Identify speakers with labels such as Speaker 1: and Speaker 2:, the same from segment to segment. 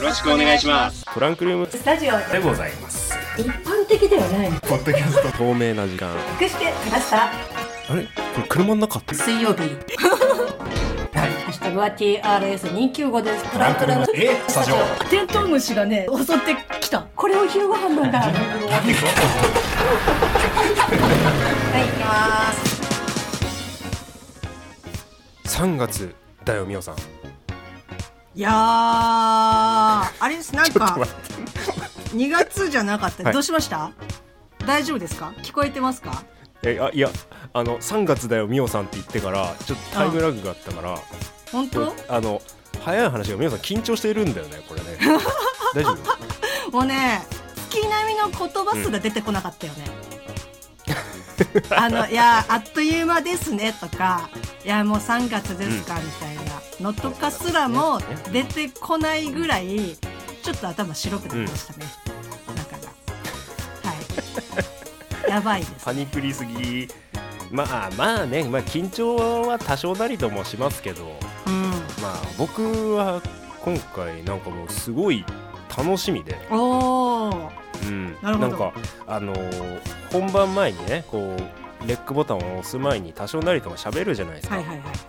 Speaker 1: ろしくお願いします。
Speaker 2: トランクルーム
Speaker 3: スタジオ
Speaker 4: でございます。
Speaker 3: 一般的ではない
Speaker 4: ポッドキャスト。
Speaker 2: 透明な時間
Speaker 3: 隠してきました
Speaker 2: あれこれ車の中って
Speaker 3: 水曜日はいハッシュタグは TRS295 ですトランクルーム
Speaker 4: えスタジオ。
Speaker 5: テントウムシがね襲ってきた
Speaker 3: これを昼ご飯なんだはい行きます
Speaker 2: 3月だよみおさん
Speaker 5: いやーあれですなんか
Speaker 2: 待
Speaker 5: 2月じゃなかった、
Speaker 2: はい
Speaker 5: どうしました大丈夫ですか聞こえてますか
Speaker 2: えあいやあの3月だよみおさんって言ってからちょっとタイムラグがあったから
Speaker 5: 本当
Speaker 2: あの早い話がみおさん緊張してるんだよね これね大丈夫
Speaker 5: もうね月並みの言葉すら出てこなかったよね、あのいやあっという間ですねとかいやもう3月ですかみたいなのとかすらも出てこないぐらいちょっと頭白くなりましたね、中がはいやばいです
Speaker 2: パニクりすぎまあまあね、まあ、緊張は多少なりともしますけど
Speaker 5: う
Speaker 2: まあ僕は今回なんかもうすごい楽しみで
Speaker 5: んおー
Speaker 2: うん、
Speaker 5: なるほど
Speaker 2: んかあのー本番前にねこうレックボタンを押す前に多少なりとも喋るじゃないですか、
Speaker 5: はいはいはいはい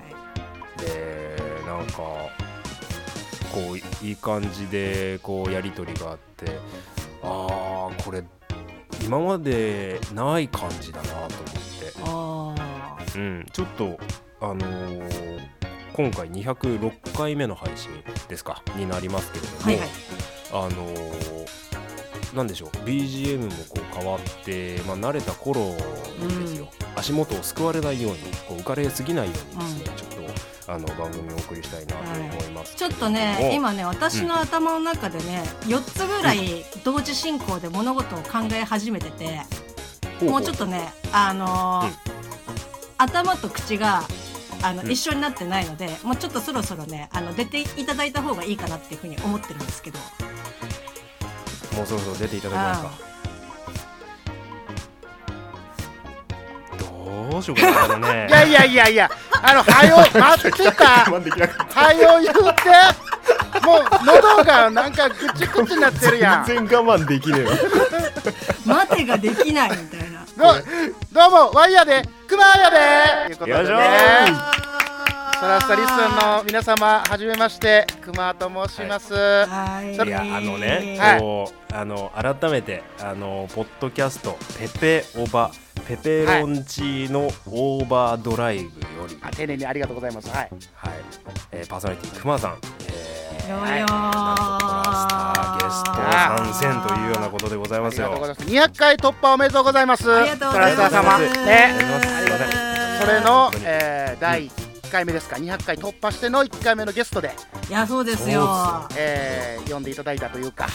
Speaker 2: でなんかこういい感じでこうやり取りがあってあーこれ今までない感じだなと思っ
Speaker 5: おー
Speaker 2: て、うん、ちょっとあのー今回206回目の配信ですかになりますけれども、
Speaker 5: はいはい
Speaker 2: あのー、なんでしょう BGM もこう変わって、まあ、慣れた頃ですよ、足元をすくわれないようにこう浮かれすぎないようにですね、ちょっとあの番組をお送りしたいなと思います
Speaker 5: ち
Speaker 2: け
Speaker 5: ょっ
Speaker 2: れども、
Speaker 5: とね今ね私の頭の中でね4つぐらい同時進行で物事を考え始めてて
Speaker 2: ほほ
Speaker 5: もうちょっとねあのー
Speaker 2: うん
Speaker 5: 頭と口があの
Speaker 2: うん
Speaker 5: 一緒になってないのでもうちょっとそろそろねあの出ていただいた方がいいかなっていうふうに思ってるんですけど
Speaker 2: もうそろそろ出ていただけますかどうしようかなこれね
Speaker 6: いやいやいやいや、あの、はよ、待ってた。はよ言って。もう、喉がなんかぐちぐちになってるやん。ど
Speaker 2: 全然我慢できねえわ
Speaker 5: 待てができないみたい
Speaker 6: ど
Speaker 5: な
Speaker 6: うも、ワイヤーで、クマーヤで。ということで
Speaker 2: よいし
Speaker 6: ね。ソラスタリスンの皆様、はじめまして、クマと申します。
Speaker 5: はい
Speaker 2: い やあのね、
Speaker 6: はい
Speaker 2: こうあの改めてあのポッドキャストペペオバペペロンチーノオーバードライブより、は
Speaker 6: あ
Speaker 2: い、
Speaker 6: 丁寧にありがとうございます。はい。
Speaker 2: えーパーソナリティくまさん、えー
Speaker 5: よよ
Speaker 6: はい
Speaker 2: なんとトラスターゲスト参戦というようなことでござい
Speaker 6: あ
Speaker 2: ま
Speaker 6: り
Speaker 2: す
Speaker 6: が
Speaker 2: よ
Speaker 6: とうございます。200回突破おめでとうございます。
Speaker 5: ありがとうございます。
Speaker 6: ソラスタ様。ね。
Speaker 2: ありがとうござい
Speaker 6: それの
Speaker 2: 本当、に
Speaker 6: えー、第1回目ですか200回突破しての1回目のゲストで、
Speaker 5: いや、そうです
Speaker 2: そう
Speaker 5: よ。
Speaker 6: えー、呼んでいただいたというか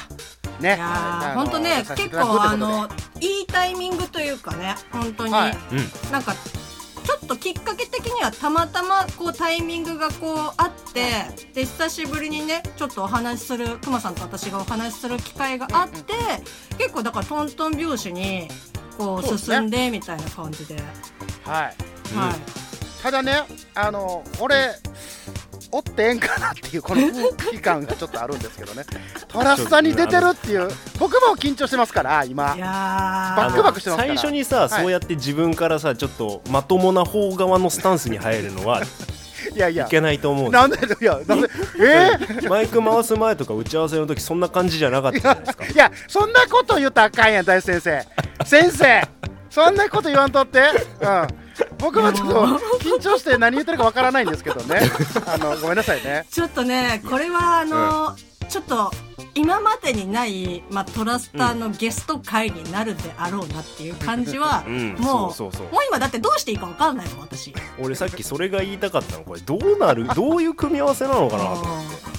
Speaker 6: ね
Speaker 5: いやー、
Speaker 6: あの
Speaker 5: 本当ね
Speaker 6: さ、せてい
Speaker 5: 結
Speaker 6: ただくということ
Speaker 5: 構、
Speaker 6: で
Speaker 5: あの、いいタイミングというかね、本当に、
Speaker 6: はい
Speaker 2: うん
Speaker 5: なんか。ちょっときっかけ的にはたまたまこうタイミングがこうあってで久しぶりにねちょっとお話しするくまさんと私がお話しする機会があって結構だからトントン拍子にこ
Speaker 6: そう
Speaker 5: う
Speaker 6: ですね
Speaker 5: 進んでみたいな感じで、
Speaker 6: はい、
Speaker 5: はい、
Speaker 6: ただねあの俺おってええんかなっていうこの空気感がちょっとあるんですけどねトラスさんに出てるっていう僕も緊張してますから今
Speaker 5: いや
Speaker 6: バックバックしてますか
Speaker 2: 最
Speaker 6: ら
Speaker 2: 初にさ、
Speaker 6: い
Speaker 2: そうやって自分からさちょっとまともな方側のスタンスに入るのは
Speaker 6: いやい
Speaker 2: い
Speaker 6: や
Speaker 2: けないと思うんですよ
Speaker 6: なんでいやなんでえ
Speaker 2: マイク回す前とか打ち合わせの時そんな感じじゃなかったじゃないですか
Speaker 6: ー、いやそんなこと言うたらあかんやん大先生先生そんなこと言わんとって、うん、僕もちょっと緊張して何言ってるかわからないんですけどねあのごめんなさいね
Speaker 5: ちょっとね、これはあのちょっと今までにない、まあ、トラスターのゲスト会になるであろうなっていう感じは、
Speaker 2: うん
Speaker 5: もう
Speaker 2: そうそうそう
Speaker 5: もう今だってどうしていいか分かんないもん私
Speaker 2: 俺さっきそれが言いたかったのこれどうなるどういう組み合わせなのかなと思っ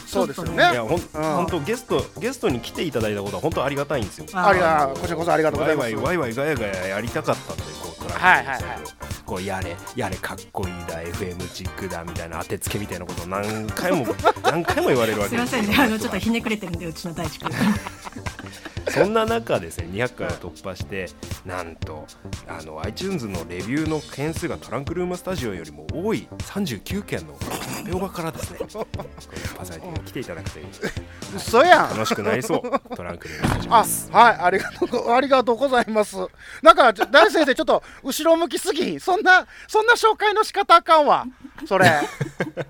Speaker 6: そうですよ
Speaker 2: てい
Speaker 6: ね
Speaker 2: やほん
Speaker 6: うん
Speaker 2: 本当ゲストゲストに来ていただいたことは本当ありがたいんですよ
Speaker 5: あ
Speaker 6: ありがこちらこそありがとうご
Speaker 2: ワ
Speaker 6: ざい
Speaker 2: イ
Speaker 6: ま
Speaker 2: ワイ
Speaker 6: す
Speaker 2: ワイワイガヤガヤやりたかったんでこうトラック
Speaker 6: はいはいはい
Speaker 2: をこいいやれやれかっこいいだ FM チックだみたいな当てつけみたいなことを何回も 何回も言われるわ
Speaker 5: す
Speaker 2: け
Speaker 5: い
Speaker 2: で
Speaker 5: ませんね
Speaker 2: よ
Speaker 5: あのちょっとひねくれてるんでうちの大地君
Speaker 2: そんな中ですね200回を突破してなんとあの iTunes のレビューの件数がトランクルームスタジオよりも多い39件の 壁オバからですねこれパサイティに来ていただくという
Speaker 6: 嘘やん
Speaker 2: 楽しくなりそうトランクルームスタジオ
Speaker 6: あ
Speaker 2: です
Speaker 6: はいありがとうありがとうございますなんかちょ大先生ちょっと後ろ向きすぎんそんなそんな紹介の仕方あかんわそ れ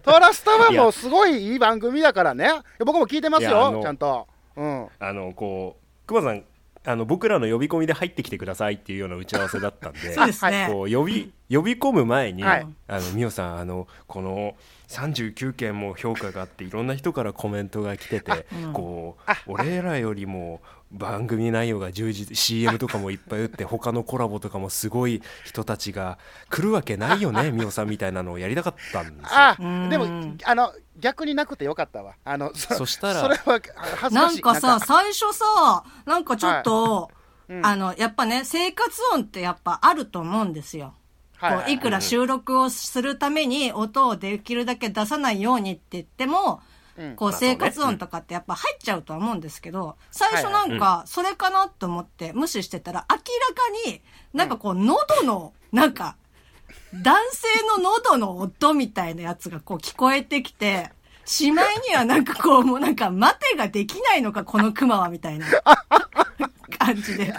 Speaker 6: トラスタはいも
Speaker 2: や
Speaker 6: うすごいいい番組だからね僕も聞いてます
Speaker 2: いや
Speaker 6: よ
Speaker 2: あの
Speaker 6: ちゃんとうん
Speaker 2: あのこう熊さんあの僕らの呼び込みで入ってきてくださいっていうような打ち合わせだった んで
Speaker 5: そうですね、
Speaker 2: こう呼び呼び込む前に、
Speaker 6: はい
Speaker 2: あの美桜さんあのこの39件も評価があっていろんな人からコメントが来てて
Speaker 5: うん
Speaker 2: こう俺らよりも番組内容が充実 CM とかもいっぱい 打って他のコラボとかもすごい人たちが来るわけないよね美桜さんみたいなのをやりたかったんですよ。
Speaker 6: あ
Speaker 5: うん
Speaker 6: でもあの逆になくてよかったわあのそ
Speaker 2: そしたら
Speaker 6: それはあ恥ず
Speaker 5: な
Speaker 6: か
Speaker 5: ん
Speaker 6: しい
Speaker 5: かさ、最初さ、なんかちょっと、
Speaker 6: うん
Speaker 5: あの、やっぱね、生活音ってやっぱあると思うんですよ。
Speaker 6: はい
Speaker 5: こういくら収録をするために音をできるだけ出さないようにって言っても、
Speaker 6: うん
Speaker 5: こう
Speaker 2: まあそうね
Speaker 5: 生活音とかってやっぱ入っちゃうとは思うんですけど、最初
Speaker 6: はい
Speaker 5: な
Speaker 6: は
Speaker 5: んかそれかなと思って無視してたら明らかになんかこう喉の、なんか男性の喉の音みたいなやつがこう聞こえてきて、しまいにはなんかこうもうなんか待てができないのかこのクマはみたいな感じで。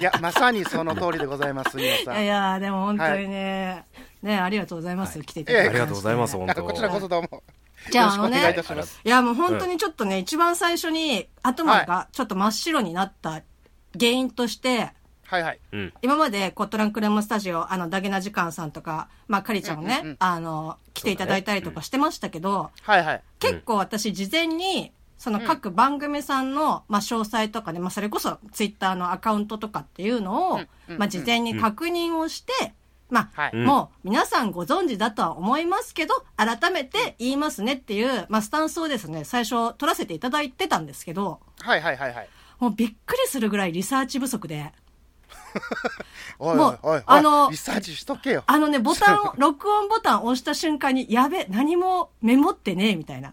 Speaker 6: いやまさにその通りでございます皆さん
Speaker 5: いやーでも本当にね、ねありがとうございます、来ていただ
Speaker 6: え
Speaker 5: い
Speaker 6: え
Speaker 5: て、
Speaker 2: ありがとうございます本
Speaker 6: なん
Speaker 2: 当
Speaker 6: かこちらこそどうも
Speaker 5: じゃああの
Speaker 6: よろしくお願いい
Speaker 5: ね
Speaker 6: たします
Speaker 5: いやもう本当にちょっとね、一番最初に頭がちょっと真っ白になった原因として、
Speaker 6: はいはい
Speaker 2: うん
Speaker 5: 今までコットランクレモンスタジオあのダゲナ時間さんとかまあカリちゃんもね、
Speaker 6: うんうんうん
Speaker 5: あの来ていただいたりとかしてましたけど、
Speaker 6: はいはい
Speaker 5: 結構私事前にその各番組さんの、まあ、詳細とかね、まあ、それこそツイッターのアカウントとかっていうのを、
Speaker 6: うんうん
Speaker 5: まあ、事前に確認をして、まあ、
Speaker 6: はい
Speaker 5: もう皆さんご存知だとは思いますけど、改めて言いますねっていう、まあ、スタンスをですね、最初取らせていただいてたんですけど、
Speaker 6: はいはいはいはい
Speaker 5: もうびっくりするぐらいリサーチ不足で、
Speaker 6: おい
Speaker 5: も
Speaker 6: おいお
Speaker 5: う
Speaker 6: い
Speaker 5: あの
Speaker 6: おいリサーチしとけよ
Speaker 5: あのね、ボタンを、録音ボタンを押した瞬間に、やべ、何もメモってねえ、みたいな。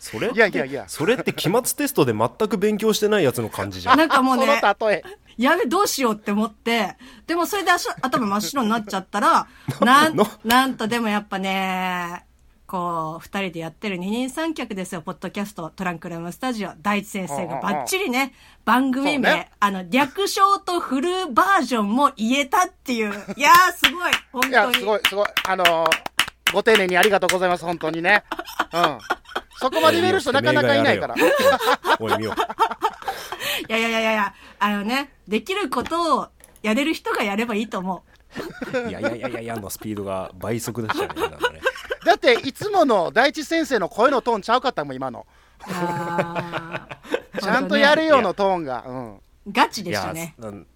Speaker 2: それ
Speaker 6: いやいやいや
Speaker 2: それって期末テストで全く勉強してないやつの感 じじゃん
Speaker 5: なんかもうね、
Speaker 6: その例え
Speaker 5: やべ、どうしようって思って、でもそれで足頭真っ白になっちゃっ たら、なん
Speaker 2: の、
Speaker 5: なんとでもやっぱね、こう、二人でやってる二人三脚ですよ、ポッドキャスト、トランクルームスタジオ、大地先生がバッチリね、番組名、
Speaker 6: そうね
Speaker 5: あの、略称とフルバージョンも言えたっていう、いやー、すごい、
Speaker 6: い
Speaker 5: 本当
Speaker 6: や、
Speaker 5: に。
Speaker 6: すごい、すごい。あのーご丁寧にありがとうございます、本当にね。うん。そこまで言える人なかなかいないから。
Speaker 2: おい見よ
Speaker 5: いやいやいやいや、あのね、できることをやれる人がやればいいと思う。
Speaker 2: ういやいやいやいやいやのスピードが倍速でしたねなんかね
Speaker 6: だって、いつもの大地先生の声のトーンちゃうかったもん、今の。
Speaker 5: あ ー
Speaker 6: ちゃんとやれ
Speaker 5: 本
Speaker 6: よのトーンが。うん。
Speaker 5: 当ねガチ
Speaker 2: い
Speaker 5: でした
Speaker 2: や
Speaker 5: ね。
Speaker 2: なん
Speaker 6: はい。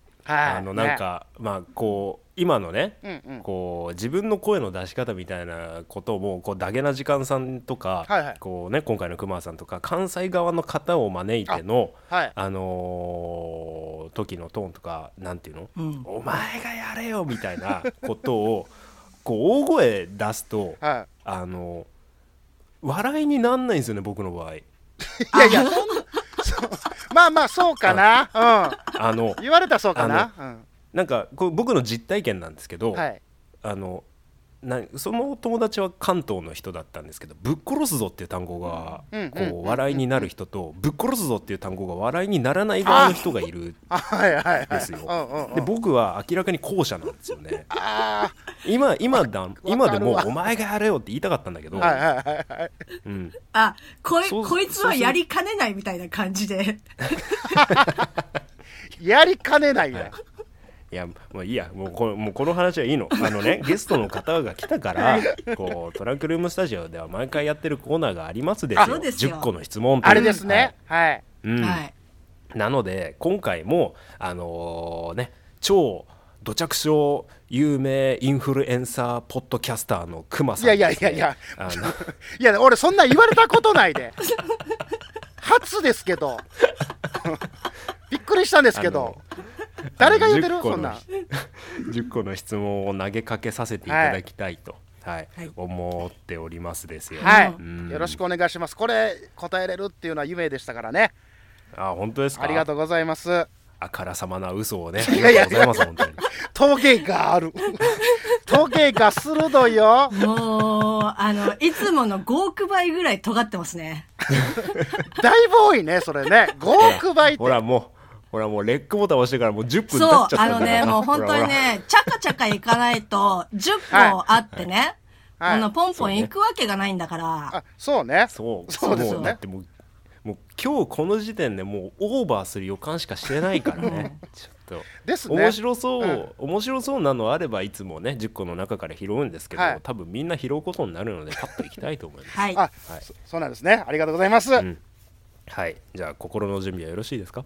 Speaker 2: あのなん
Speaker 6: ね。
Speaker 2: か、まあこう今のね、
Speaker 6: うんうん
Speaker 2: こう自分の声の出し方みたいなこともこうダゲな時間さんとか、
Speaker 6: はいはい
Speaker 2: こうね今回の熊さんとか関西側の方を招いての
Speaker 6: あはい
Speaker 2: のー時のトーンとかなんていうの、
Speaker 5: うん
Speaker 2: お前がやれよみたいなことを こう大声出すと、
Speaker 6: は
Speaker 2: あの笑いになんないんですよね僕の場合。
Speaker 6: い。いやいや、そんそうまあまあ、そうかな。うん。
Speaker 2: あの
Speaker 6: 言われたらそうかな。
Speaker 2: なんかこう僕の実体験なんですけ
Speaker 6: う
Speaker 2: ど、
Speaker 6: ん。はい。
Speaker 2: あのなその友達は関東の人だったんですけど「ぶっ殺すぞ」っていう単語が
Speaker 6: うんうんうん
Speaker 2: こう笑いになる人と「ぶっ殺すぞ」っていう単語が笑いにならない側の人がいるん
Speaker 6: あはいはいはい。
Speaker 2: ですよ
Speaker 6: うんうんうん。
Speaker 2: で僕は明らかに後者なんですよ ね
Speaker 6: あ
Speaker 2: 今今だ今でも
Speaker 6: わか
Speaker 2: 「お前がやれよ」って言いたかったんだけ
Speaker 6: あ。
Speaker 2: ど、
Speaker 6: はいはいはいはい。
Speaker 2: うん、
Speaker 5: あ、こい、
Speaker 2: そう
Speaker 5: こいつはやりかねないみたいな感じで。
Speaker 6: やりかねないや。
Speaker 2: いやもういいやもうこのもうこの話はいいのあ のねゲストの方が来たからこうトランクルームスタジオでは毎回やってるコーナーがありますです
Speaker 5: あそ
Speaker 2: よ
Speaker 5: うですよ
Speaker 2: 10個の質問という
Speaker 6: あれですね。はい。
Speaker 2: はいうん
Speaker 5: はい。
Speaker 2: なので今回もあのね超土着症有名インフルエンサーポッドキャスターのクマさん
Speaker 6: いやいやいやいや
Speaker 2: ですね
Speaker 6: いや、俺そんな言われたことない で。 初ですけど。びっくりしたんですけど。
Speaker 2: あ
Speaker 6: 誰が言ってる
Speaker 2: 10個の
Speaker 6: そん なん
Speaker 2: 10個の質問を投げかけさせていただきたいと、はい
Speaker 5: はい
Speaker 2: 思っておりますですよ。
Speaker 6: は
Speaker 2: うん
Speaker 6: いよろしくお願いしますこれ答えれるっていうのは夢でしたからね
Speaker 2: あ本当ですか
Speaker 6: ありがとうございます
Speaker 2: あからさまな嘘をねあ
Speaker 6: い
Speaker 2: り
Speaker 6: やいや
Speaker 2: がとうございます本当に。
Speaker 6: 統計がある 統計が鋭いよ
Speaker 5: もう、あの、いつもの5億倍ぐらい尖ってま すね。
Speaker 6: だいぶ多いねそれね5億倍って
Speaker 2: ほらもうほらもうレックボタン押してからもう10分経っちゃ
Speaker 5: そ
Speaker 2: っ
Speaker 5: う、
Speaker 2: た
Speaker 5: あ
Speaker 2: んだ
Speaker 5: の
Speaker 2: から
Speaker 5: ね、もう本当に
Speaker 2: ほらほら
Speaker 5: ね、ちゃかちゃかいかないと、10個あってね、
Speaker 6: はい
Speaker 5: あの、ポンポン行くわけがないんだから、
Speaker 6: あそうね
Speaker 2: そう
Speaker 6: そうですよね
Speaker 2: もだってもうもう今日この時点でもうオーバーする予感しかしてないからねちょっと。
Speaker 6: ですね
Speaker 2: 面白そう、面白そうなのあればいつもね10個の中から拾うんですけど、
Speaker 6: はい
Speaker 2: 多分みんな拾うことになるのでパッといきたいと思います。
Speaker 5: はい。
Speaker 6: あ
Speaker 2: はい
Speaker 6: そそうなんですねありがとうございます、
Speaker 2: んはい、じゃあ心の準備はよろしいですか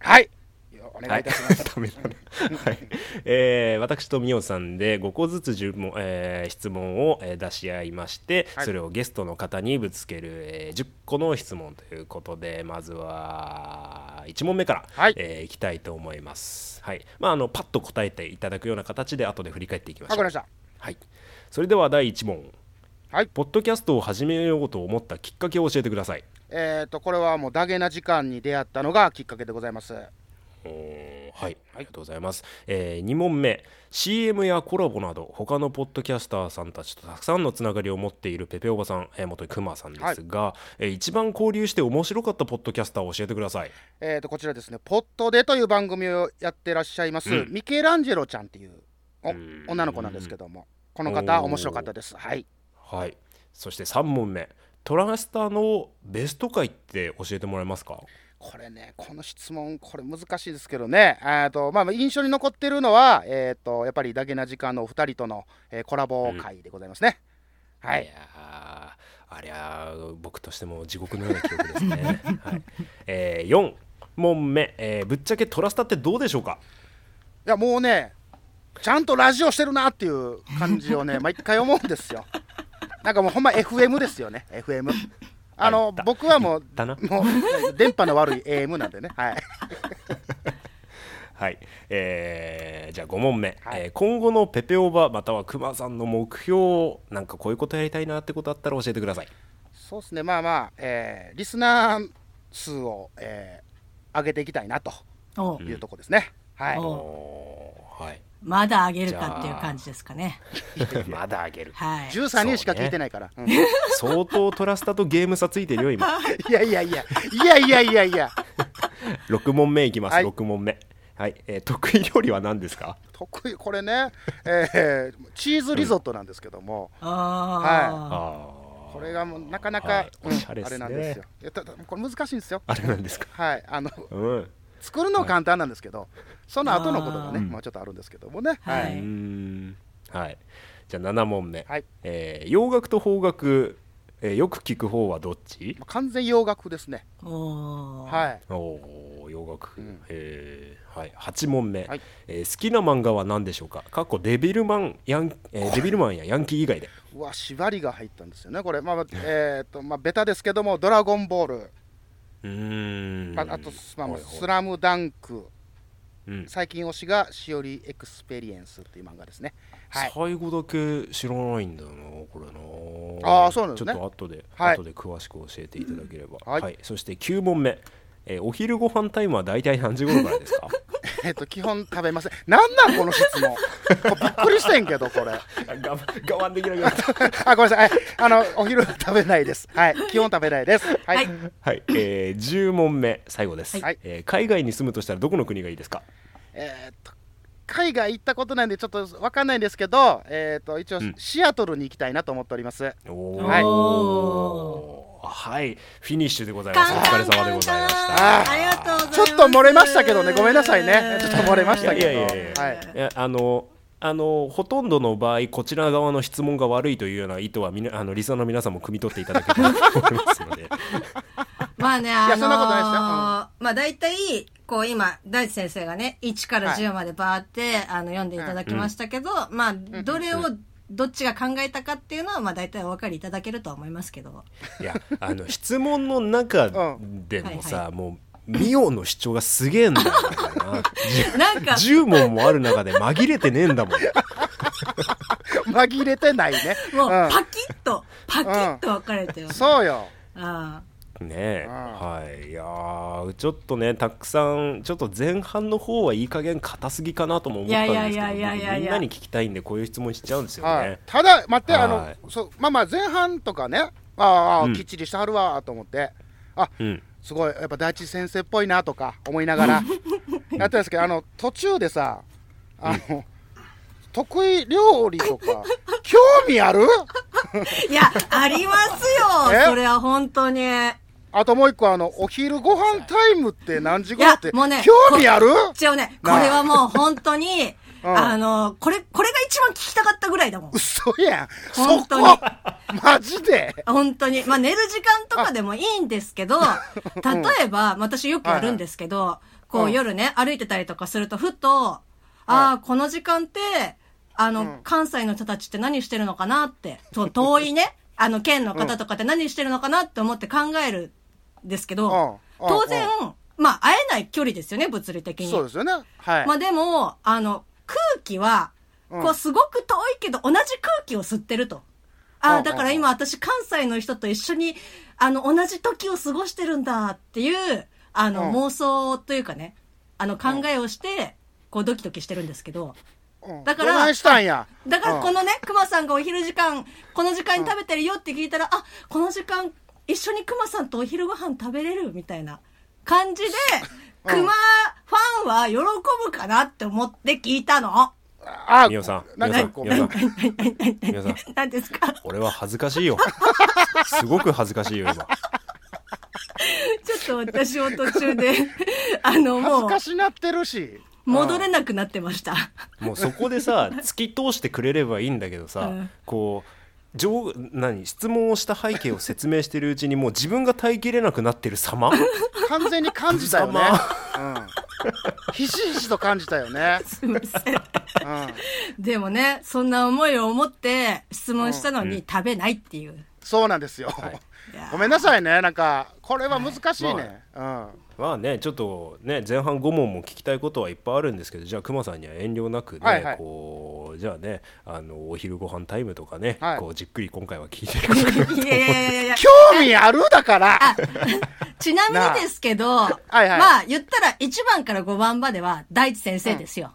Speaker 6: はいよお願いいたします、
Speaker 2: はい、 ダメだねはいえー私とみおさんで5個ずつ10問、えー質問をえー出し合いまして、
Speaker 6: はい
Speaker 2: それをゲストの方にぶつける、えー10個の質問ということでまずは1問目から、
Speaker 6: はい
Speaker 2: えーいきたいと思います。はいまあ、あのパッと答えていただくような形で後で振り返っていきましょ
Speaker 6: わ
Speaker 2: う。
Speaker 6: かりました
Speaker 2: はい、それでは第1問、
Speaker 6: はい
Speaker 2: ポッドキャストを始めようと思ったきっかけを教えてください。
Speaker 6: えっ、とこれはもうダゲな時間に出会ったのがきっかけでございます
Speaker 2: おーはい、ありがとうございます。えー、2問目、CM やコラボなど、他のポッドキャスターさんたちとたくさんのつながりを持っているペペおばさん、えー、元にくまさんですが、えー一番交流して面白かったポッドキャスターを教えてください。
Speaker 6: えっ、とこちらですね「ポットで」という番組をやってらっしゃいます、
Speaker 2: うん
Speaker 6: ミケランジェロちゃんっていうお
Speaker 2: ん
Speaker 6: 女の子なんですけどもこの方
Speaker 2: おー
Speaker 6: 面白かったですはい
Speaker 2: はい、そして3問目、トランスターのベスト回って教えてもらえますか
Speaker 6: これねこの質問これ難しいですけどねえーと、まあ、まあ印象に残ってるのは、えー、とやっぱりダゲな時間のお二人との、えーコラボ会でございますね、はい
Speaker 2: やーありゃー僕としても地獄のような記憶ですね、 はいえー、4問目、えーぶっちゃけトラスタってどうでしょうか
Speaker 6: いやもうねちゃんとラジオしてるなっていう感じをね毎回思うんですよなんかもうほんま FM ですよね FM あの
Speaker 2: だ
Speaker 6: 僕はもう
Speaker 2: だな
Speaker 6: もう電波の悪い AM なんでねはい
Speaker 2: はい、えーじゃあ5問目、
Speaker 6: はい
Speaker 2: えー今後のペペオバまたはクマさんの目標なんかこういうことやりたいなってことあったら教えてください
Speaker 6: そうですねまあまあ、えーリスナー数を、えー上げていきたいなと
Speaker 5: おう
Speaker 6: いうとこですね、はい
Speaker 5: お
Speaker 2: おーはい
Speaker 5: まだ上げるかっていう感じですかね。
Speaker 2: まだあげる
Speaker 5: はい。
Speaker 6: 13人しか聞いてないから、うん
Speaker 2: 相当トラスタとゲーム差ついてるよ今
Speaker 6: いやいやいやいやいやいやいや
Speaker 2: 6問目いきます、
Speaker 6: はい
Speaker 2: 6問目はい、えー得意料理は何ですか
Speaker 6: 得意これね、えーチーズリゾットなんですけども、
Speaker 5: あ
Speaker 2: あー
Speaker 6: これがもうなかなか、
Speaker 2: はい
Speaker 6: うん
Speaker 2: おしゃれっ
Speaker 6: あ
Speaker 2: す
Speaker 6: れな
Speaker 2: ね
Speaker 6: んですよ。いやただこれ難しいんですよ。
Speaker 2: あれなんですか
Speaker 6: はい、あの
Speaker 2: うん
Speaker 6: 作るのは簡単なんですけど、その後のことがね、
Speaker 2: あー
Speaker 6: まあちょっとあるんですけどもね。
Speaker 5: は
Speaker 6: はいい、
Speaker 2: うーんはいじゃあ7問目、
Speaker 6: はい
Speaker 2: えー洋楽と邦楽、えーよく聞く方はどっち
Speaker 6: まあ完全洋楽ですね。
Speaker 5: ー。おー
Speaker 6: はい、
Speaker 2: おー洋楽、
Speaker 6: うん
Speaker 2: えーはい、8問目、
Speaker 6: はい
Speaker 2: えー好きな漫画は何でしょうかかっこデビルマンヤン、えーデビルマンやヤンキー以外で
Speaker 6: うわ縛りが入ったんですよね。これまあえっ、とまあベタですけども、ドラゴンボール、
Speaker 2: うーん
Speaker 6: まあ、あとまあ
Speaker 2: はいはい
Speaker 6: スラムダンク、
Speaker 2: うん
Speaker 6: 最近推しがしおりエクスペリエンスっていう漫画ですね。はい、
Speaker 2: 最後だけ知らないんだよなこれな
Speaker 6: あーそうなんですね
Speaker 2: ちょっと後で、
Speaker 6: はい
Speaker 2: 後で詳しく教えていただければ、は
Speaker 6: はいい
Speaker 2: そして9問目、えーお昼ご飯タイムは大体何時頃からです か
Speaker 6: えっ、と基本食べません。なんなんこの質 問。これびっくりしてんけどこれ。
Speaker 2: あ我慢我慢できなくなっ た
Speaker 6: あ、ごめんなさい。はいあの、お昼食べないです。はい、基本食べないです。はい。
Speaker 5: はい
Speaker 2: はい、えー、10問目最後です、
Speaker 6: はい
Speaker 2: えー海外に住むとしたらどこの国がいいですか
Speaker 6: えーっと、海外行ったことないんで、ちょっとわかんないんですけど、えーっと、一応、
Speaker 2: ん
Speaker 6: シアトルに行きたいなと思っております。
Speaker 2: お
Speaker 6: はい
Speaker 2: おーはい、フィニッシュでございます。お
Speaker 5: カン
Speaker 2: 疲
Speaker 5: カ
Speaker 2: れ
Speaker 5: ン
Speaker 2: 様で
Speaker 5: カ
Speaker 2: ご
Speaker 5: ン
Speaker 2: ざい
Speaker 5: カ
Speaker 2: ま
Speaker 5: ン
Speaker 2: した。
Speaker 5: ありがとうございます。
Speaker 6: ちょっと漏れましたけどね、ごめんなさいね。ちょっと漏れましたけ
Speaker 2: い
Speaker 6: ど。
Speaker 2: やいやいやいや
Speaker 6: はい。
Speaker 2: いや、あの、あの、ほとんどの場合、こちら側の質問が悪いというような意図は、みな、あの、リスナーの皆さんも汲み取っていただけたらと思いますの で。
Speaker 5: まあね、あのー、
Speaker 6: そんなことないですようん
Speaker 5: まあ大体、こう今、大地先生がね、1から10までバーって、あの、読んでいただきましたけど、まあ、どれを、どっちが考えたかっていうのは、まあ大体お分かりいただけるとは思いますけど。
Speaker 2: いや、あの、質問の中
Speaker 6: う
Speaker 2: でも
Speaker 5: はい
Speaker 2: さ、もう。ミオの主張がすげえんだよな
Speaker 5: なんか
Speaker 2: 10問もある中で紛れてねえんだもん
Speaker 6: 紛れてないね。
Speaker 5: もう
Speaker 6: う
Speaker 5: パキッと、パキッと分かれてる
Speaker 6: ん、。そうよ。
Speaker 5: あ
Speaker 2: ねえ、
Speaker 6: うん
Speaker 2: はいいやーちょっとねたくさんちょっと前半の方はいい加減硬すぎかなとも思ったんです
Speaker 5: い
Speaker 2: け
Speaker 5: やいやいやいやいやい
Speaker 2: ど
Speaker 5: や
Speaker 2: みんなに聞きたいんでこういう質問しちゃうんですよ
Speaker 6: は
Speaker 2: ね
Speaker 6: い、ただ、待って、あ
Speaker 2: は
Speaker 6: の
Speaker 2: い、
Speaker 6: そうまあまあ、前半とかね、あーあ
Speaker 2: う
Speaker 6: ー、
Speaker 2: ん
Speaker 6: きっちりしてはるわーと思って、あ
Speaker 2: うん
Speaker 6: すごい、やっぱ大地先生っぽいなとか思いながらやってたんですけど、あの途中でさ、あの、得意料理とか、興味ある
Speaker 5: ーいや、あります
Speaker 6: え
Speaker 5: よ。それは本当に。い
Speaker 6: あともう一個、あの、お昼ご飯タイムって何時頃
Speaker 5: や
Speaker 6: って、、
Speaker 5: もうね。
Speaker 6: 興味ある
Speaker 5: こじゃあね、これはもう本当に、
Speaker 6: うん
Speaker 5: あの、これ、これが一番聞きたかったぐらいだもん。
Speaker 6: 嘘やん。そ
Speaker 5: 本
Speaker 6: こ
Speaker 5: 当に
Speaker 6: マジで
Speaker 5: 本当に。まあ、寝る時間とかでもいいんですけど、 例えば、まあ私よくやるんですけど、こ
Speaker 6: う
Speaker 5: うん夜ね、歩いてたりとかすると、ふと、ああー、この時間って、あ
Speaker 6: う
Speaker 5: の
Speaker 6: ん、
Speaker 5: 関西の人たちって何してるのかなって、そう、遠い ね、あの、県の方とかって何してるのかなって思って考えるんですけど、
Speaker 6: うんうん
Speaker 5: 当然、まあ、会えない距離ですよね、物理的に。
Speaker 6: そうですよね。はい。
Speaker 5: まあでも、あの、空気は、
Speaker 6: うん
Speaker 5: こう、すごく遠いけど、同じ空気を吸ってると。
Speaker 6: うん
Speaker 5: あ
Speaker 6: う
Speaker 5: あ、
Speaker 6: ん
Speaker 5: だから今私関西の人と一緒に、あの、同じ時を過ごしてるんだっていう、あ
Speaker 6: う
Speaker 5: の、
Speaker 6: ん
Speaker 5: 妄想というかね、あの、考えをして、こう、ドキドキしてるんですけど、
Speaker 6: うん
Speaker 5: だから
Speaker 6: どないしたんや。
Speaker 5: だから
Speaker 6: うん
Speaker 5: このね、熊さんがお昼時間、この時間に食べてるよって聞いたら、あ、この時間、一緒に熊さんとお昼ご飯食べれるみたいな感じで、
Speaker 6: うん
Speaker 5: 熊ファンは喜ぶかなって思って聞いたの。
Speaker 6: あ
Speaker 2: みおさん
Speaker 6: な
Speaker 2: みおさ
Speaker 6: なんこう
Speaker 2: みおさん皆さん
Speaker 5: 何ですか
Speaker 2: 俺は恥ずかしいよすごく恥ずかしいよ今
Speaker 5: ちょっと私も途中 で、あの、
Speaker 6: 恥ず
Speaker 5: もう
Speaker 6: か、しなってるし。
Speaker 5: 戻れなくなってました。
Speaker 2: もうそこでさ突き通してくれればいいんだけどさ、
Speaker 5: うん
Speaker 2: こう上何質問をした背景を説明してるうちにもう自分が耐えきれなくなってる様
Speaker 6: 完全に感じたよね。うん。ひしひしと感じたよね。
Speaker 5: すいません。
Speaker 6: うん。
Speaker 5: でもね、そんな思いを思って質問したの
Speaker 2: う
Speaker 5: に
Speaker 2: ん
Speaker 5: 食べないっていう。
Speaker 6: そうなんですよ。
Speaker 2: い
Speaker 6: ごめんな
Speaker 5: は
Speaker 6: さいね。なんか、これは難しいね。うん。
Speaker 2: まあねちょっとね前半5問も聞きたいことはいっぱいあるんですけどじゃあくまさんには遠慮なくね、
Speaker 6: はいはい
Speaker 2: こうじゃあねあのお昼ご飯タイムとかね、
Speaker 6: はい
Speaker 2: こうじっくり今回は聞いていこうかな
Speaker 5: い。いやいやいやいやいや。
Speaker 6: 興味あるだから。
Speaker 5: ちなみにですけど、
Speaker 6: はいはい
Speaker 5: まあ言ったら1番から5番までは大地先生ですよ。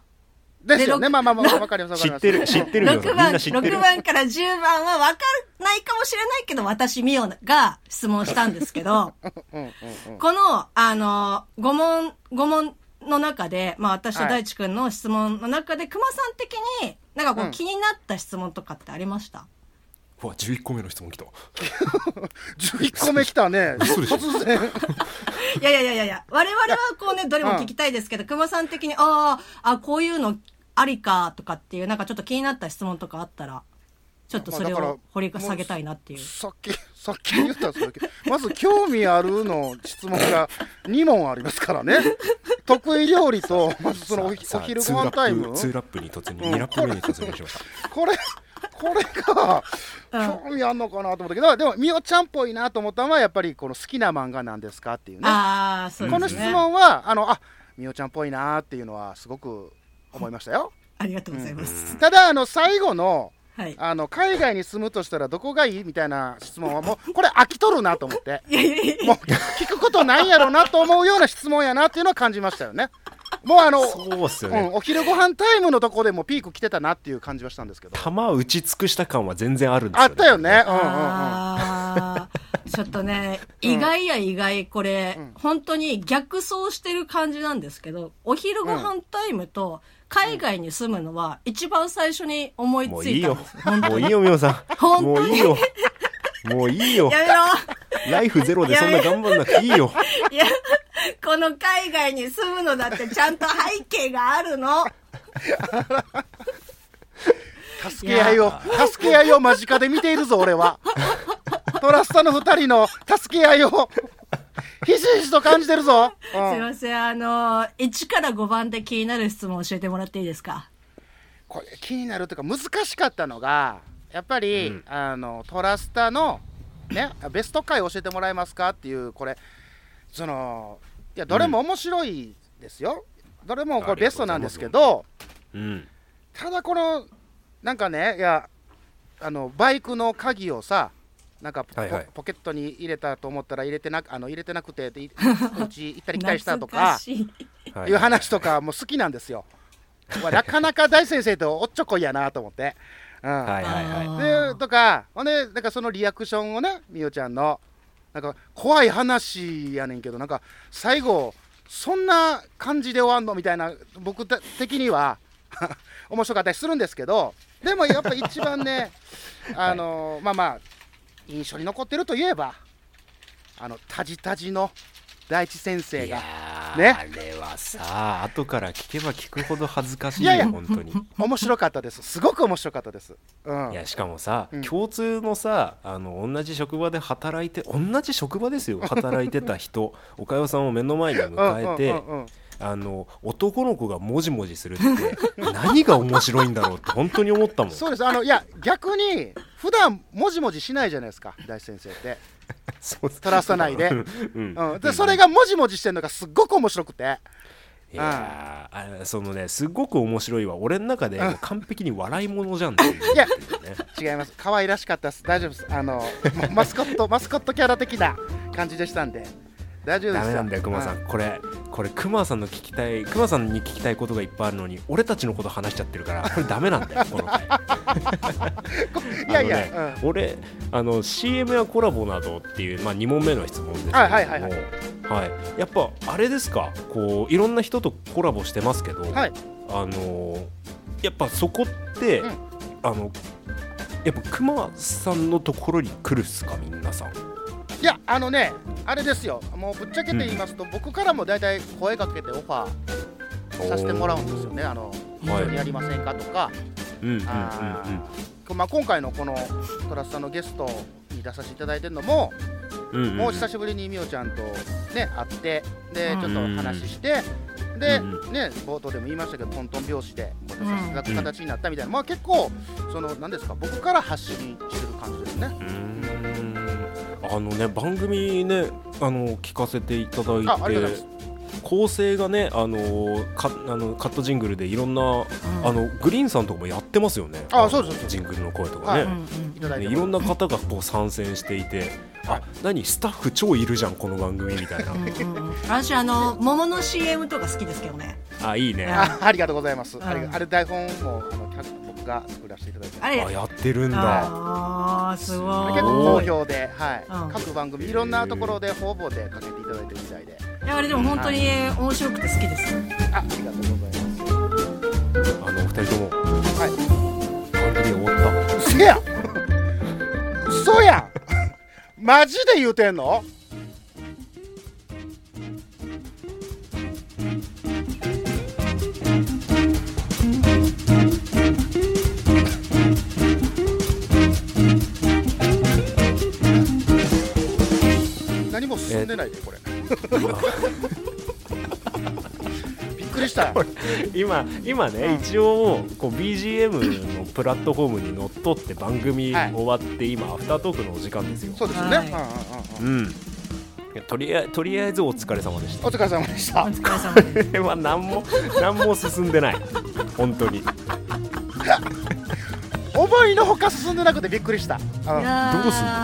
Speaker 6: ですよね。
Speaker 5: で
Speaker 6: まあまあまあ、わかります。
Speaker 2: 知っ て
Speaker 6: る。
Speaker 2: る知ってるよみ
Speaker 5: 6
Speaker 2: ん
Speaker 5: 番、
Speaker 2: な知ってる
Speaker 5: 6番から10番は分かんないかもしれないけど、私、ミオが質問したんですけど、
Speaker 6: うんうんうん。
Speaker 5: この、あの、5問、五問の中で、まあ私と大地くんの質問の中で、熊さん的に、なんかこ
Speaker 6: う
Speaker 5: うん気になった質問とかってありました、
Speaker 2: うわ11個目の質問来た
Speaker 6: 11個目来たね。
Speaker 2: 嘘でしょ
Speaker 6: 突然。
Speaker 5: いやいやいやいやいや、我々はこうね、どれも聞きたいですけど、熊さん的に、ああ、あこういうのありかとかっていう、なんかちょっと気になった質問とかあったら、ちょっとそれ
Speaker 6: まあだか
Speaker 5: を
Speaker 6: ら
Speaker 5: 掘り下げたいなっていう。
Speaker 6: さっき、さっき言ったんですけど、まず興味あるの質問 が2問ありますからね。得意料理と、まずそのおお
Speaker 2: さあ
Speaker 6: 昼ご飯タイム。
Speaker 2: 2ラップ2ラップに突入2ラップ目に突入し ました
Speaker 6: これ、これが、興味あんのかなと思ったけど、でも、みおちゃんっぽいなと思ったのは、やっぱり、この好きな漫画なんですかっていうね。
Speaker 5: ああ、そうですね。
Speaker 6: この質問は、あの、あ、みおちゃんっぽいなっていうのは、すごく思いましたよ。
Speaker 5: ありがとうございます。
Speaker 6: ただ、あの、最後の、
Speaker 5: はい。
Speaker 6: あの、海外に住むとしたらどこがいいみたいな質問は、もう、これ飽きとるなと思って。
Speaker 5: いやいやいや
Speaker 6: もう、聞くことないやろなと思うような質問やなっていうのは感じましたよね。もうあの、
Speaker 2: そうっすよ
Speaker 6: う
Speaker 2: ね、
Speaker 6: ん、お昼ご飯タイムのとこでもピーク来てたなっていう感じはしたんですけど。
Speaker 2: 弾打ち尽くした感は全然あるんです
Speaker 6: あ
Speaker 2: よ、
Speaker 6: ったよね。。うんうんうん。
Speaker 5: あーちょっとね、意外や意外、これ、本当に逆走してる感じなんですけど、お昼ご飯タイムと海外に住むのは一番最初に思い
Speaker 2: もう
Speaker 5: つ
Speaker 2: いい
Speaker 5: いたん
Speaker 2: よ
Speaker 5: です。
Speaker 2: もういいよ、みおさん。
Speaker 5: 本
Speaker 2: も
Speaker 5: 当
Speaker 2: う
Speaker 5: に
Speaker 2: いいよ。もういいよ。
Speaker 5: やめろ
Speaker 2: ライフゼロでそんな頑張んなくていいよ。
Speaker 5: いや、この海外に住むのだってちゃんと背景があるの。
Speaker 6: 助け合いを、助け合いを間近で見ているぞ、俺は。トラスタの二人の助け合いを、ひしひしと感じてるぞ。う
Speaker 5: すい
Speaker 6: ん、
Speaker 5: ません、あの、1から5番で気になる質問教えてもらっていいですか
Speaker 6: これ気になるというか、難しかったのが、やっぱり、
Speaker 2: うん
Speaker 6: あの、トラスタの、ね、ベスト回教えてもらえますかっていう、これ、その、やどれも面白いですよ、どれもこ
Speaker 2: あ
Speaker 6: れ
Speaker 2: り
Speaker 6: ベ
Speaker 2: がと
Speaker 6: ス
Speaker 2: うご
Speaker 6: ト
Speaker 2: ざい
Speaker 6: な
Speaker 2: ます
Speaker 6: んですけど
Speaker 2: うん
Speaker 6: ただこのなんかねいやあのバイクの鍵をさなんかポ,ポ、
Speaker 2: はいはい
Speaker 6: ポケットに入れたと思ったら入れてなあの入れてなくて でいうち行ったり来たりしたとか
Speaker 5: 懐しい
Speaker 2: はい
Speaker 6: いう話とかも好きなんですよ。わなかなか大先生とおっちょこいやなと思って。うん
Speaker 2: はいはいはい
Speaker 5: あー
Speaker 6: でとかほんでなんかそのリアクションをねみおちゃんのなんか怖い話やねんけどなんか最後そんな感じで終わんのみたいな僕た的には 面白かったりするんですけどでもやっぱ一番 ねあの、まあまあ印象に残ってるといえばあのタジタジの大地先生
Speaker 2: い
Speaker 6: が
Speaker 2: やー
Speaker 6: ね
Speaker 2: あれはさ後から聞けば聞くほど恥ずかしい
Speaker 6: いやいや
Speaker 2: よ本当に
Speaker 6: 面白かったですすごく面白かったです。うん
Speaker 2: いやしかもさ、
Speaker 6: うん
Speaker 2: 共通のさあの同じ職場で働いて同じ職場ですよ働いてた人岡代さんを目の前に迎えて、
Speaker 6: うんうんうんうん
Speaker 2: あの男の子がもじもじするって何が面白いんだろうって本当に思ったもん
Speaker 6: そう
Speaker 2: そ
Speaker 6: ですあのいや逆に普段もじもじしないじゃないですか大地先生って、
Speaker 2: う
Speaker 6: 垂らさないで
Speaker 2: うんうん
Speaker 6: うん、でそれがもじもじしてるのがすっごく面白くて
Speaker 2: いやーあれそのねすごく面白いわ俺の中でもう完璧に笑いものじゃんっていう
Speaker 6: いや
Speaker 2: ね
Speaker 6: 違います可愛らしかったです大丈夫ですあのもうマスコットマスコットキャラ的な感じでしたんで大丈夫です
Speaker 2: ダメなんだよクマさ
Speaker 6: うん
Speaker 2: これこれクマさんの聞きたいクマさんに聞きたいことがいっぱいあるのに俺たちのこと話しちゃってるからこ れダメなんだよこの回
Speaker 6: いやいや、
Speaker 2: あのね俺あの CM やコラボなどっていう、まあ、2問目の質問ですけれども、
Speaker 6: はいはいはいはい
Speaker 2: はいやっぱあれですかこういろんな人とコラボしてますけど、
Speaker 6: うんはい
Speaker 2: あのーやっぱそこって、
Speaker 6: うん
Speaker 2: あのやっぱクマさんのところに来るっすかみんなさん
Speaker 6: いやあのねあれですよもうぶっちゃけて言いますと、僕からも大体声かけてオファーさせてもらうんですよねあの一緒にやりませんかとか、
Speaker 2: うんうんうんうん
Speaker 6: あーまあ、今回のこのトラスさんのゲストに出させていただいてるのも、
Speaker 2: うんうん
Speaker 6: もう久
Speaker 2: し
Speaker 6: しぶりにみおちゃんと、ね、会ってで
Speaker 5: うん
Speaker 6: ちょっと話して、で、
Speaker 2: うん
Speaker 6: ね、冒頭でも言いましたけどトントン拍子でまたさせていただく形になったみたいな、まあ、結構その何ですか僕から発信してる感じですね。
Speaker 2: うーんあのね番組ねあの聞かせていただい
Speaker 6: あありがとうございま
Speaker 2: て
Speaker 6: す
Speaker 2: 構成がねあのかあのカットジングルでいろんな
Speaker 5: うん
Speaker 2: あのグリーンさんとかもやってますよね
Speaker 6: あ
Speaker 2: の
Speaker 6: そうですそうです
Speaker 2: ジングルの声とか
Speaker 6: は
Speaker 2: ね,、
Speaker 6: いただい
Speaker 2: ね
Speaker 6: て
Speaker 2: い
Speaker 6: ます
Speaker 2: ろんな方がこう参戦していて
Speaker 6: は
Speaker 2: あ
Speaker 6: い
Speaker 2: 何スタッフ超いるじゃんこの番組みた いな
Speaker 5: うんうんうん私あの桃の CM とか好きですけどね
Speaker 2: あいいね
Speaker 6: あありがとうございます。あれ
Speaker 5: うん
Speaker 6: あれ台本もあの脚僕が作らせていただいて
Speaker 5: あ
Speaker 6: ます
Speaker 5: れ
Speaker 2: あやってるんだ
Speaker 5: ああす
Speaker 2: あ
Speaker 5: ごい
Speaker 6: 結構好評で、はい
Speaker 5: うん
Speaker 6: 各番組いろんなところで方々でかけていただいてるみたいで
Speaker 5: いやあれでも本当に面白くて好きです
Speaker 6: あありがとうございます。
Speaker 2: あのお二人とも
Speaker 6: はい
Speaker 2: 番組終わった
Speaker 6: 嘘や嘘やマジで言うてんの何も進んでないでこれ びっくりした
Speaker 2: 今今ね、
Speaker 6: うん
Speaker 2: 一応もうこう BGM のプラットフォームにのっとって番組
Speaker 6: はい
Speaker 2: 終わって、今アフタートークのお時間ですよ。
Speaker 6: そうですよね、
Speaker 5: はい
Speaker 6: うんうんうんうん
Speaker 2: うん、いやとりあえとりあえずお疲れ様でした。
Speaker 6: お疲れ様でした
Speaker 5: お疲れ様です
Speaker 2: こ れは何も何も進んでない本当にど
Speaker 6: 思いのほか進んでなくてびっくりした、うん
Speaker 5: いやー
Speaker 2: うすんの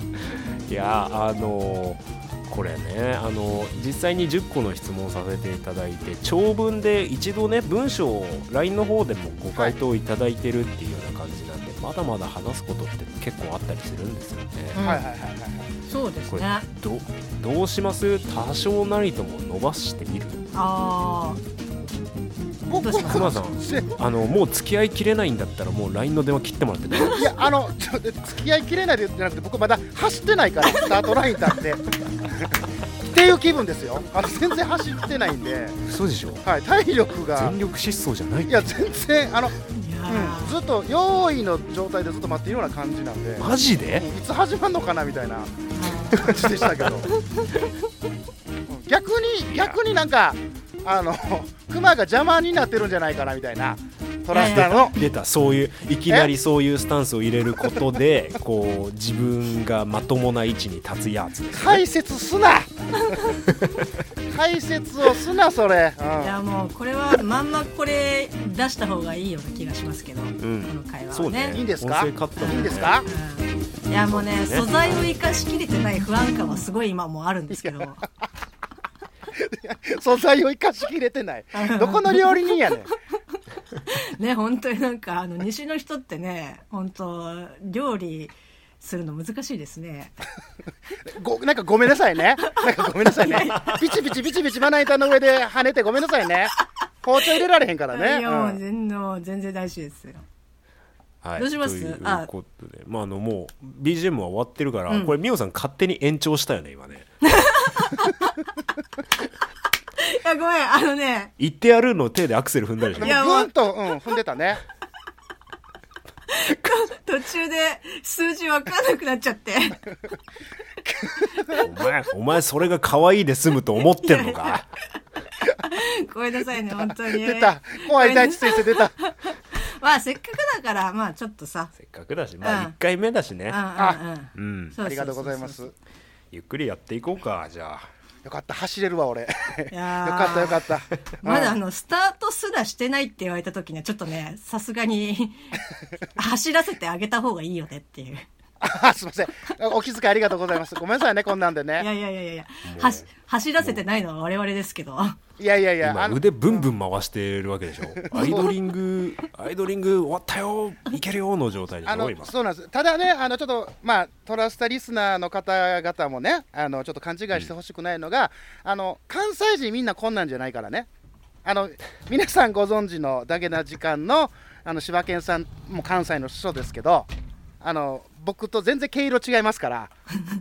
Speaker 2: これいやーあのーこれねあのー実際に10個の質問させていただいて長文で一度ね文章を LINE の方でもご回答いただいてるっていうような感じなんで、まだまだ話すことって結構あったりするんですよね。
Speaker 5: うん
Speaker 6: はいはいはいはいはい
Speaker 5: そうです
Speaker 2: これ
Speaker 5: ねあ
Speaker 2: どどうします多少なりとも伸ばしてみる
Speaker 5: あ
Speaker 6: 僕
Speaker 5: どうします
Speaker 2: 熊さん
Speaker 6: せ
Speaker 2: あのもう付き合いきれないんだったらもう LINE の電話切ってもらって大丈夫
Speaker 6: いやあのちょっと付き合いきれないでじゃなくて僕まだ走ってないからスタートライン立ってっていう気分ですよあの全然走ってないんで、
Speaker 2: 嘘でしょ
Speaker 6: はい、体力が
Speaker 2: 全力疾走じゃない
Speaker 6: いや全然あの、う
Speaker 5: ーいや
Speaker 6: ん、ずっと用意の状態でずっと待っているような感じなんで、うん
Speaker 2: マジで
Speaker 6: いつ始まるのかなみたいな
Speaker 5: ー
Speaker 6: 感じでしたけどうん逆に逆になんかあのクマが邪魔になってるんじゃないかなみたいなトラスターの
Speaker 2: 出たそういういきなりそういうスタンスを入れることでこう自分がまともな位置に立つやつです
Speaker 6: 解説すな解説をすなそれ、うん
Speaker 5: いやもうこれはまんまこれ出した方がいいような気がしますけど、
Speaker 2: ん
Speaker 5: この会話
Speaker 2: そ
Speaker 5: は
Speaker 2: う
Speaker 6: い
Speaker 2: ね
Speaker 5: ね
Speaker 6: いんですか
Speaker 2: 音声カットもね
Speaker 6: いいんですか
Speaker 5: うんいやもうね
Speaker 2: そうね
Speaker 5: 素材を生かしきれてない不安感はすごい今もうあるんですけ ど
Speaker 6: 素材を生かしきれてないどこの料理人やねん
Speaker 5: ね本当になんかあの西の人ってね本当料理するの難しいですね
Speaker 6: ごなんかごめんなさいねなんかごめんなさいねピチピチピチピチまな板の上で跳ねてごめんなさいね包丁入れられへんからね、
Speaker 5: いや
Speaker 6: う
Speaker 5: もうん全然もう全然大事ですよ
Speaker 2: はい、
Speaker 5: どうします
Speaker 2: という
Speaker 5: あ
Speaker 2: ことでまああのもう BGM は終わってるから、
Speaker 5: うん
Speaker 2: これミオさん勝手に延長したよね今ね
Speaker 5: いやごめんあのね
Speaker 2: 言ってやるの手でアクセル踏んだりし
Speaker 6: で
Speaker 2: て
Speaker 5: いや
Speaker 6: もぐんと、うん、踏んでたね
Speaker 5: 途中で数字わかんなくなっち ゃって
Speaker 2: お前お前それが可愛いで済むと思ってんのか
Speaker 5: ごめんなさいね本当に
Speaker 6: 出た怖い大地先生出た
Speaker 5: まあせっかくだからまあちょっとさ
Speaker 2: せっかくだしまあ
Speaker 5: うん
Speaker 2: 1回目だしね
Speaker 5: うんうんうん
Speaker 2: うん
Speaker 5: そ
Speaker 6: あ
Speaker 5: そそそ
Speaker 6: りがとうございます
Speaker 2: ゆっくりやっていこうかじゃあ
Speaker 6: よかった走れるわ俺よ
Speaker 5: やー
Speaker 6: かった よかった
Speaker 5: まだあ
Speaker 6: うん
Speaker 5: の、スタートすらしてないって言われた時には、ちょっとね、さすがに、 走らせてあげた方がいいよねっていう。い
Speaker 6: あすいませんお気遣いありがとうございますごめんなさいねこんなんで
Speaker 5: や
Speaker 6: ね
Speaker 5: いやいやいやいや、はし走らせてないのは我々ですけど。
Speaker 6: いやいやいや
Speaker 2: 今
Speaker 6: あの
Speaker 2: 腕ブンブン回してるわけでしょアイドリング アイドリング終わったよいけるよの状態でし
Speaker 6: あ
Speaker 2: ょ
Speaker 6: の
Speaker 2: 今
Speaker 6: そうなんですただね、あのちょっと、まあ、トラスタリスナーの方々もね、あのちょっと勘違いしてほしくないのが、あの関西人みんなこんなんじゃないからね、あの皆さんご存知のだけな時間のあの柴犬さんも関西の人ですけど、あの僕と全然毛色違いますから、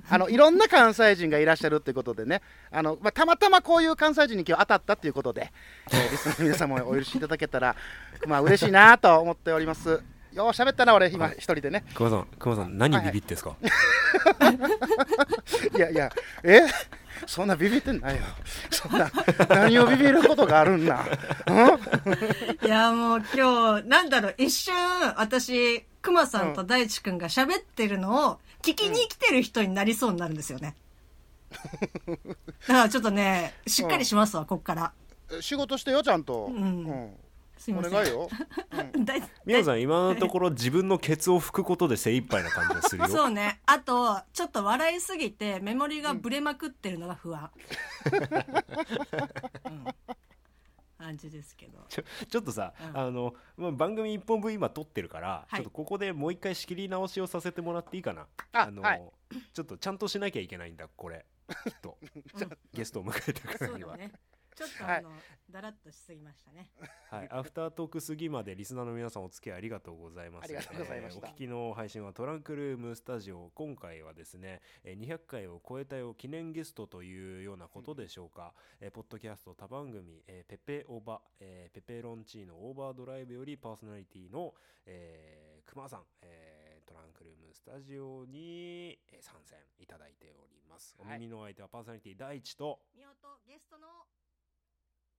Speaker 6: あのいろんな関西人がいらっしゃるってことでね、あのまあ、たまたまこういう関西人に今日当たったっていうことで、えーリスナーの皆さんもお許しいただけたら、まあ嬉しいなと思っております。よう喋ったな、俺、今、一人でね。
Speaker 2: 熊さん熊さん何ビビってん すか、
Speaker 6: いやいや、えそんなビビってないよ。そんな、何をビビることがあるんだ。
Speaker 5: いや、もう今日、なんだろう、一瞬、私、熊さんと大地くんが喋ってるのを、聞きに来てる人になりそうになるんですよね。だからちょっとね、しっかりしますわ、こっから。
Speaker 6: うん仕事してよ、ちゃんと。
Speaker 5: んすい
Speaker 6: うんお
Speaker 5: ません。
Speaker 6: 願いよ。
Speaker 5: 大地
Speaker 2: ミオさん今のところ自分のケツを拭くことで精一杯な感じがするよ
Speaker 5: そうね。あと、ちょっと笑いすぎて、メモリがブレまくってるのが 不安。うん。感じですけど。
Speaker 2: ちょちょっとさ、
Speaker 5: うん
Speaker 2: あの、まあ、番組1本分今撮ってるから、
Speaker 5: はい
Speaker 2: ちょっとここでもう一回仕切り直しをさせてもらっていいかな
Speaker 6: あ
Speaker 2: の、
Speaker 6: はい
Speaker 2: ちょっとちゃんとしなきゃいけないんだこれきっとゲストを迎えたか
Speaker 5: そ
Speaker 2: ら
Speaker 5: う
Speaker 2: には、
Speaker 5: だね。ちょっと
Speaker 6: は
Speaker 5: あ
Speaker 6: い
Speaker 5: の、だらっとしすぎましたね。
Speaker 2: はい、 アフタートーク過ぎまでリスナーの皆さんお付き合いありがとうございます
Speaker 6: ありがとうございました
Speaker 2: えーお聞きの配信はトランクルームスタジオ今回はですねえー200回を超えたよ記念ゲストというようなことでしょうか、えーポッドキャスト他番組、えーペペオバ、えーペペロンチーノオーバードライブよりパーソナリティの、えー、熊さん、えートランクルームスタジオにえー参戦いただいております、
Speaker 6: はい
Speaker 2: お耳のお相手はパーソナリティ第一と
Speaker 5: みおとゲストの